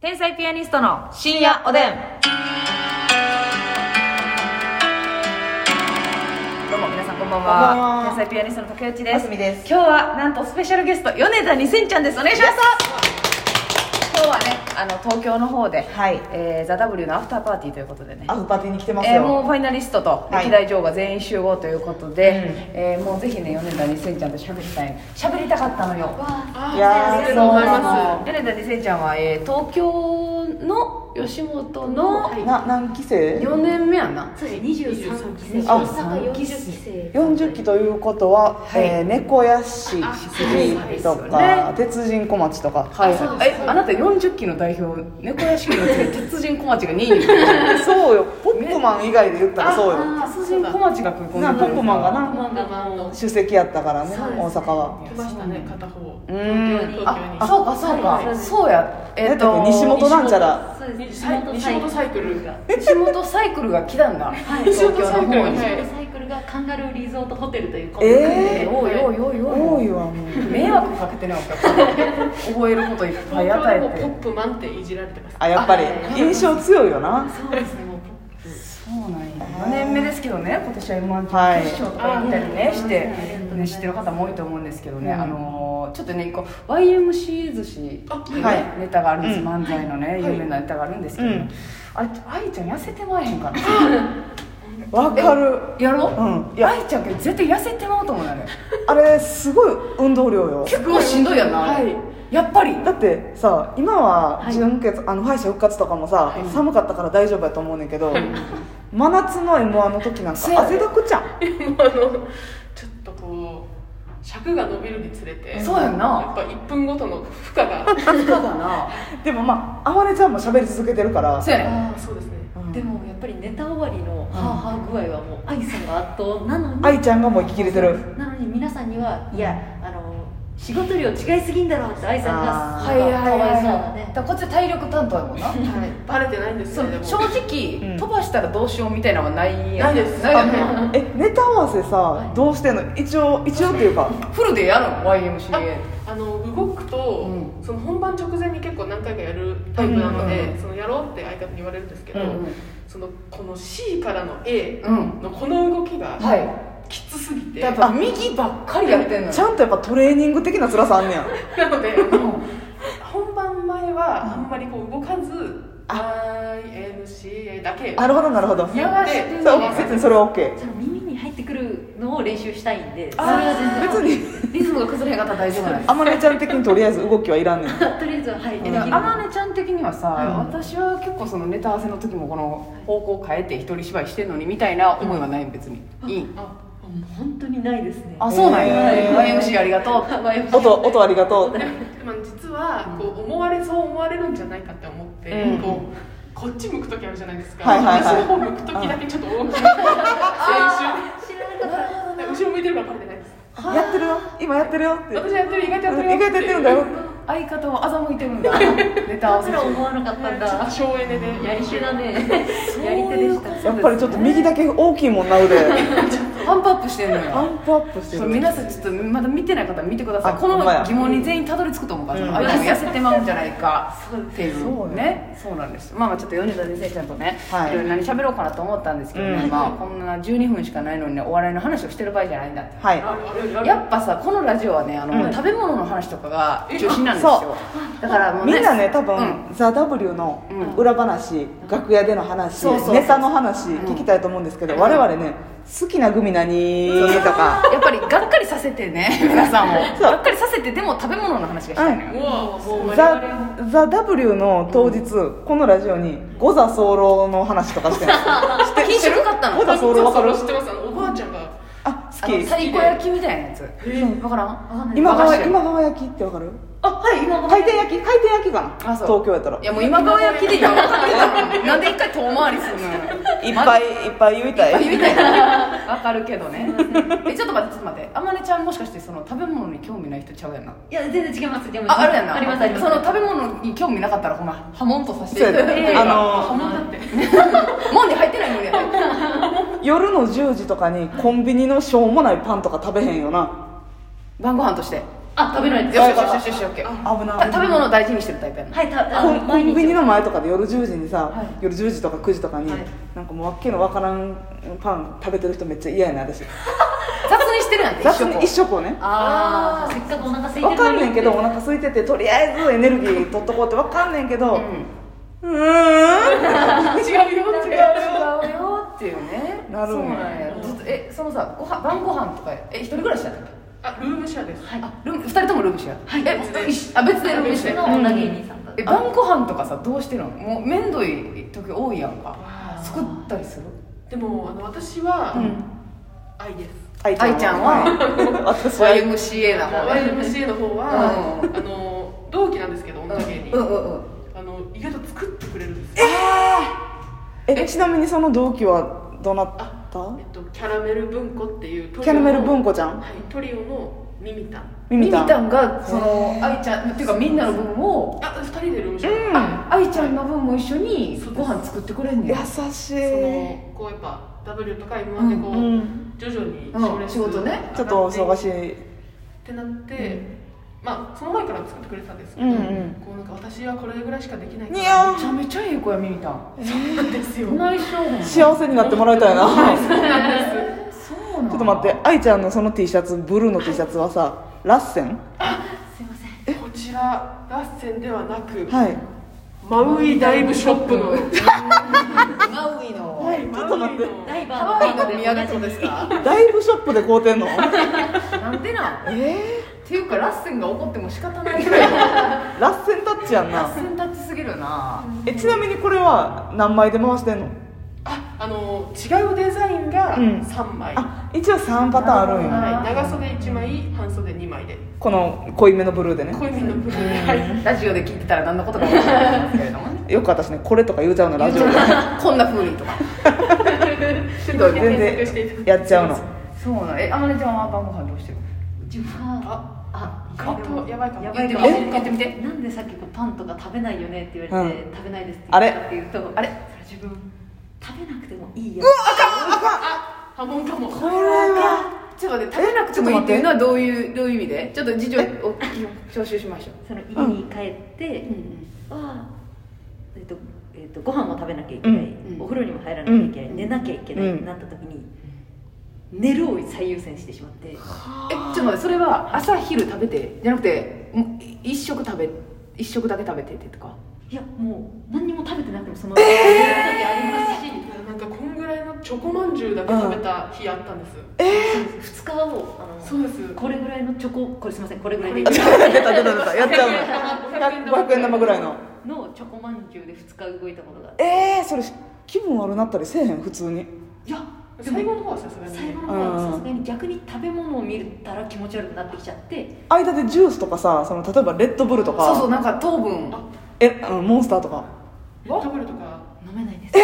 天才ピアニストの深夜おでんどうも皆さんこんばんはこんばん天は才ピアニストの竹内ですますみです今日はなんとスペシャルゲスト米田二千ちゃんですお願いします今日はねあの東京の方で、はいえー、ザ・ W のアフターパーティーということでねアフパティに来てますよ、えーもうファイナリストとはい歴代女王が全員集合ということで、うんえーもうぜひね米田二千ちゃんと喋りたい喋りたかったのよいやーそうそうななのの米田二千ちゃんは、えー、東京の吉本のな何期生4年目やな、そうです23期生あ大阪40期生40期ということは、はいえー猫屋敷とそうですよか、鉄人小町とか、はいそうはい、えあなた40期の代表猫屋敷の 鉄人小町が2位よ そうよポップマン以外で言ったらそうよあ鉄人小町が空港なポップマンがなな飛主席やったからねそうです大阪はばしたね片方うーん東あそうかそうか、はいはいそうやえっ、何やとったっけ西本なんちゃらそう京にです西本西本サイクルが西本サイクルが来たんだ、はい、西東本京サのイク方ルに、はい西本サイクルがカンガルーリゾートホテルというコンセプトでえー、おいおいおい多おいいわもう迷惑かけてね お客さん覚えることいっぱい東京で与えもポてップマンっていじられてますあやっぱり印象強いよなそうですねもうそうなんや4年目ですけどね今年は m は1い決勝とか行ったりねあして、ありがとうございますね、知ってる方も多いと思うんですけどね、うんあのーちょっとねこう YMC 寿司ね、はネタがあるんです、うん漫才のね、有名なネタがあるんですけど、うんあれ愛ちゃん痩せてまえへんかなわかるやろうんいや愛ちゃんけど絶対痩せてまうと思うのよねあれすごい運動量よ結構しんどいやんな、はいやっぱりだってさ今ははい純血、あの敗者復活とかもさ、寒かったから大丈夫やと思うねんけど真夏の m 1の時なんせやかで汗だくちゃんあのちょっとこう尺が伸びるにつれてそうやんなやっぱ1分ごとの負荷がそうだな でもまああわれちゃんも喋り続けてるからそうやねあーそうですねうんでもやっぱりネタ終わりのハーハー具合はもう愛さんが圧倒なのに愛ちゃんがもう生き切れてるなのに皆さんにはいやあの仕事量違いすぎんだろうって愛さんあがーすごいかわいそうなだねからこっちは体力担当やもんなバレてないんですそようねでも正直、うん飛ばしたらどうしようみたいなのはないやんないですないよねえネタ合わせさいどうしてんの一応一応っていうかフルでやるの YMCA あの動くと、うその本番直前に結構何回かやるタイプなので、うんうんそのやろうって相方に言われるんですけど、うんうんそのこの C からの A うんのこの動きがはきつすぎいて、やっぱ右ばっかりやってんのよちゃんとやっぱトレーニング的な辛さあんねやなのであの本番前はあんまりこう動かずあ INCA だけなるほどなるほどやばしでそう別にそれは OK その耳に入ってくるのを練習したいんでそれは全然別にリズムが崩れへんかったら大丈夫なんですあまねちゃん的にとりあえず動きはいらんねんとりあえずははいでもあまねちゃん的にはさ、うん私は結構そのネタ合わせの時もこの方向変えて一人芝居してんのにみたいな思いはない別に、いいあもう本当にないですねあそうなんや、へー YMCA ありがとう音音ありがとうまあ実はこう思われそう思われるんじゃないかって思って、うんこうこっち向く時あるじゃないですか、はいはいはい私の方向く時だけちょっと大き な選知らなかった手後ろ向いてるからバレてないですやってるよ今やってるよって私やってる意外とやってるよ意外とやってるんだよ相方を欺いてるん だネタ合わそせれ中は思わなかったんちょっとだ省エネでやり手だねそうやり手でしたやっぱりちょっと右だけ大きいもんな腕パンプアップしてんのよパンプアップしてそうる皆さんちょっとまだ見てない方は見てくださいあこのほんまや疑問に全員たどり着くと思うから、うんそのあいつも痩せてまうんじゃないかそうっていうそうやねそうなんですまあまあちょっと米田先生ちゃんとね、はいい、ろいろ何喋ろうかなと思ったんですけどね、うんまあこんな12分しかないのにねお笑いの話をしてる場合じゃないんだってはいああるあるやっぱさこのラジオはねあの、うん食べ物の話とかが中心なんですよだからもう、ね、みんなね多分うん「ザ・ w のうん裏話楽屋での話そうそうそうネタの話聞きたいと思うんですけど我々ね好きなグミ何とかやっぱりがっかりさせてね皆さんをがっかりさせてでも食べ物の話がしたいのよ、もうも「う我ザ々は・ザ w の当日このラジオに「ゴザ候の話とかしてんの品種良かったのゴザ候わかる知ってますあのおばあちゃんがあ好あのき太鼓焼きみたいなやつうんわからんわかんない今和菓川子今川焼きってわかるあはい今回転焼き回転焼きかなあそう東京やったらいやもう今川焼きで今川焼きなんで一回遠回りするのいっぱいいっぱい言いたいみたいなわかるけどねえちょっと待ってちょっと待ってあまねちゃんもしかしてその食べ物に興味ない人ちゃうやんないや全然違いますでもああるやんなありますありますその食べ物に興味なかったらほな波紋とさせてそうやでええああのもうだってもんで入ってないもんやで夜の10時とかにコンビニのしょうもないパンとか食べへんよな晩ご飯としてあ食べないですよよししよよししよよししよよししよよしし危な食べ物を大事にしてるタイプやなはいたあコのンコンビニの毎前とかで夜10時にさ、はい夜10時とか9時とかに、はいなんかもうわっけのわからんパン食べてる人めっちゃ嫌やな私雑にしてるやん雑に一緒食をねああせっかくお腹空いてるのわにかんねんけどお腹空いててとりあえずエネルギー取っとこうってわかんねんけどううんー違うよん違うよ違うよっていうねなるそうんやなんやずっとえそのさご飯晩ご飯とかえ一人暮らしやったっけあルームシェアですはいあルーム二人ともルームシェアはいえ別で一緒あ別でルームシ別ェのア女芸人さんだえ晩ご飯とかさどうしてるのもうめんどい時多いやんか作ったりするでもあの私は、うん愛です愛愛ちゃんは私は YMCA な方ね YMCA の方は、あの同期なんですけど女芸人、うんうんうんあの意外と作ってくれるんですよえちなみにその同期はどなえたっと、キャラメル文庫っていうトリオのキャラメル文庫ちゃんはいトリオのミミタンミミミミタンタンがその愛ちゃんっていうかみんなの分をあ二人でルームシェア、うんあ愛ちゃんの分も一緒にご飯作ってくれんねん優しそいのこうやっぱ W とか M1 でこう、うん徐々にうん賞仕事ねちょっとお忙いしいってなって、まあその前から作ってくれてたんですけど、うんうんこうなんか私はこれぐらいしかできないからにゃめちゃめちゃええ子やミミタンそうなんですよ内緒幸せになってもらいたいなそうなちょっと待って愛ちゃんのその T シャツブルーの T シャツはさラッセンすいません こちらラッセンではなく、はいマウイダイブショップの、マウイのはいちょっと待ってダイバハーのワイダイのバおー土産ってことですかダイブショップで買うてんのなんでなんっえていうかラッセンが怒っても仕方ないぐらいー、ラッセンタッチやんラッなセンタッチすぎるなえちなみにこれは何枚で回してんのああの違うデザインがうん3枚、あ一応3パターンあるんやなるはい、長袖1枚半袖2枚でこの濃いめのブルーでね濃いめのブルーで、はいラジオで聞いてたら何のことか分からないんですけれどもねよく私ねこれとか言うちゃうのラジオでこんな風にとかひどい全然検索していただいてやっちゃうのそうなのえあまねちゃんは晩ご飯どうしてる自分はああカットやばいかもやば言っいてかみても言ってみてえなんでさっきこうパンとか食べないよねって言われて、食べないですってあれ言ったって言うとあれそれ自分食べなくてもいいや波紋かもこれはちょっと待って食べなくてもいいっていうのはどういうどういう意味でちょっと事情を聴取しましょうその家に帰って、は、えっとえっとご飯も食べなきゃいけない、んうんお風呂にも入らなきゃいけない、うん寝なきゃいけないうんってなった時に、寝るを最優先してしまって、えちょっと待ってそれは朝昼食べてじゃなくてもう一食食べ一食だけ食べてってとかいやもう何にも食べてなくてもその寝る時ありますし、なんかこんぐらいのチョコまんじゅうだけ食べた日あったんです、 2日をあのそうですこれぐらいのチョコこれすみませんこれぐらいでいい出た 出た出た出たやっちゃ うの100 100 500円玉ぐらいののチョコまんじゅうで2日動いたことがあってえー、それ気分悪なったりせえへん普通にいやで最も後の方はさすがに最後の方はさすがに逆に食べ物を見たら気持ち悪くなってきちゃって間でジュースとかさその例えばレッドブルとかそうそうなんか糖分えあのモンスターとかレッドブルとか飲めないです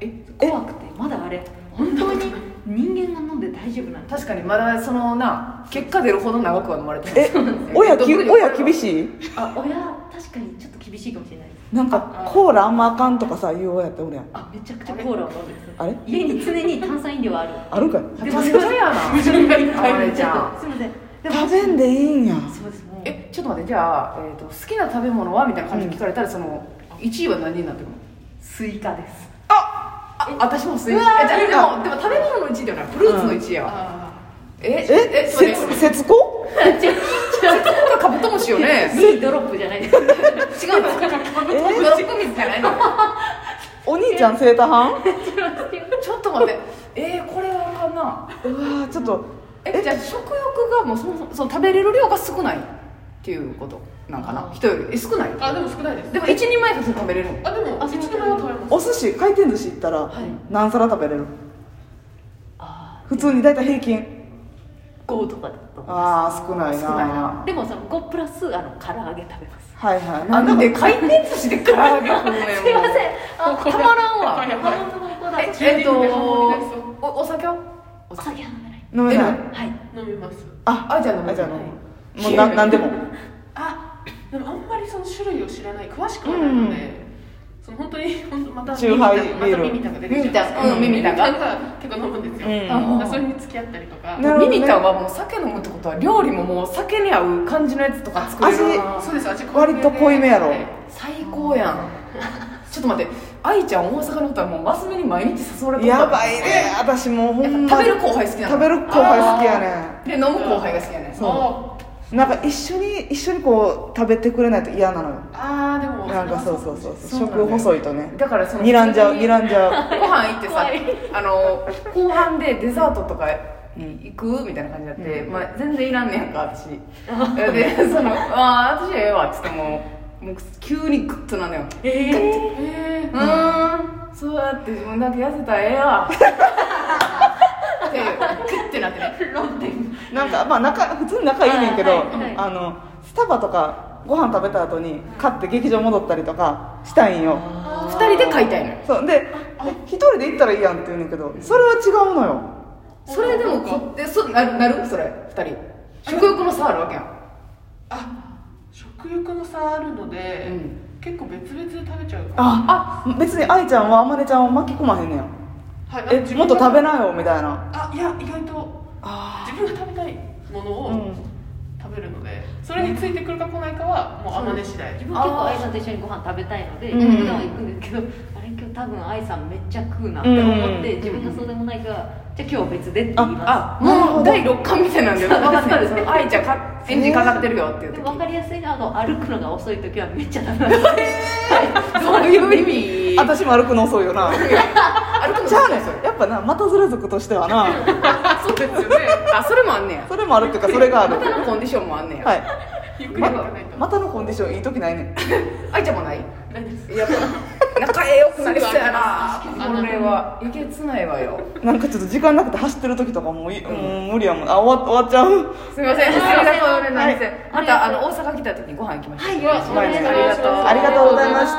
え怖くてまだあれ本当に人間が飲んで大丈夫なの確かにまだそのな結果出るほど長くは飲まれてないえ親き親厳いしいあ親確かにちょっと厳しいかもしれないですなんかコーラあんまあかんとかさ言う親っておるやんあめちゃくちゃコーラを飲んでるあれ家に常に炭酸飲料はあるあるんかいめちゃくちゃやな自分がいっぱいあれじちょゃんっとすいませんでも食べんでいいんやそうですもうえちょっと待ってじゃあ、えー、と好きな食べ物はみたいな感じで聞かれたら、その1位は何になってるのスイカですあ私もスイーツえじゃあでもでも食べ物の1位ではないフルーツの1位やわ、あええちょっと待節って節子これカブトムシよ ねミニドロップじゃないですか違うのカブトムシドロップ水じゃないのお兄ちゃんセ ーター派ちょっと待ってえー、これはあかんなうわーちょっとえじゃあ食欲がもうそもそもその食べれる量が少ないっていうことなんかな人よりえ少ないーあでも少ないですでも1人前普通食べれるのあでもあ一人前は食べますお寿司回転寿司行ったらい何皿食べれるあ普通に大体平均ー5とかだと思いまああ少ないな少ないなすでもその5プラスあの唐揚げ食べますはいはいあんでか回転寿司で唐揚げ食うのやすいませんあたまらんわたまらんのこだえおえっとおお酒はお酒は飲めない飲めないはい飲みますああじゃあ飲むあじゃあ飲むもうな何でもあでもあんまりその種類を知らない詳しくはないので、その本当に本当またチューハイまビたールミミタが出てきミミタううんんミミタミミが結構飲むんですよ、うんだからそれに付き合ったりとか、なるほどねミミタはもう酒飲むってことは料理ももう酒に合う感じのやつとか作れるなそうです味濃いめ割でと濃いめやろ最高やんちょっと待って愛ちゃん大阪のことはもうマス目に毎日誘われてやばいね私もうほんま食べる後輩好きなの食べる後輩好きやねで飲む後輩が好きやねそうあんなんか一緒に一緒にこう食べてくれないと嫌なのよあーでもなんかそうそうそうそうそうなんだよ食細いとねだからその睨んじゃう普通に睨んじゃうご飯行ってさ怖いあの後半でデザートとかうん行くみたいな感じになって、うまあ、全然いらんねやんか私でその「ああ私ええわ」っつってももう急にグッとなんだよえええうーんそうやって自分だけ痩せたらええわってグッてなってね論点なんかまあ仲普通に仲いいねんけど、はいはいあのスタバとかご飯食べた後に買って劇場戻ったりとかしたいんよ2人で買いたいのよそうで一人で行ったらいいやんって言うねんけどそれは違うのよそれでもこってそななるそれ2人食欲の差あるわけやんあ食欲の差あるので、うん結構別々で食べちゃうああ別に愛ちゃんはあまねちゃんを巻き込まへんねんよはいえもっと食べいなよみたいなあいや意外とあ自分が食べたいものあうをん食べるので、それについてくるか来ないかはもうあまね次第自分結構愛さんと一緒にご飯食べたいのでうん普段は行くんですけどあれ今日多分愛さんめっちゃ食うなって思っうてん自分がそうでもないからじゃあ今日別でって言いまあなるほもどう第6巻みたいなんだよそう分かってるその愛ちゃんかエンジンかかってるよっていすうで時も分かりやすいのはあの歩くのが遅い時はめっちゃ食べどういう意味私も歩くの遅いよな歩くのちゃうねんやっぱなまたずれ族としてはなそうですよねあそれもあんねやそれもあるっていうかそれがあるまたのコンディションもあんねや、はいゆっくりまは行かないと、またのコンディションいい時ないねん愛ちゃんもないないですやっぱ仲良くなりそうやなすぐこれはえげつないわよなんかちょっと時間なくて走ってる時とかもうい、もう無理やもんあ終わ終わっちゃうすみませんすみませんこれなんですまたあの大阪来た時にご飯行きましょうはいよろしくお願いしありますがとうありがとうございました